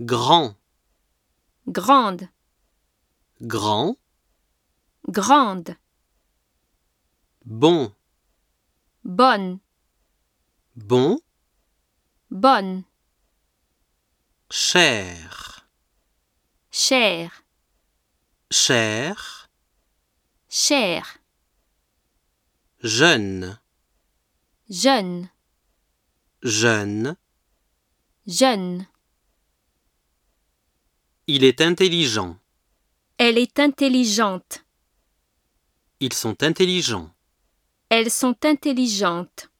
grand, grande, grand, grande, bon, bonne, bon, bonne, cher, cher, cher, cher, jeune, jeune, jeune, jeune. il est intelligent, Elle est intelligente. ils sont intelligents. Elles sont intelligentes.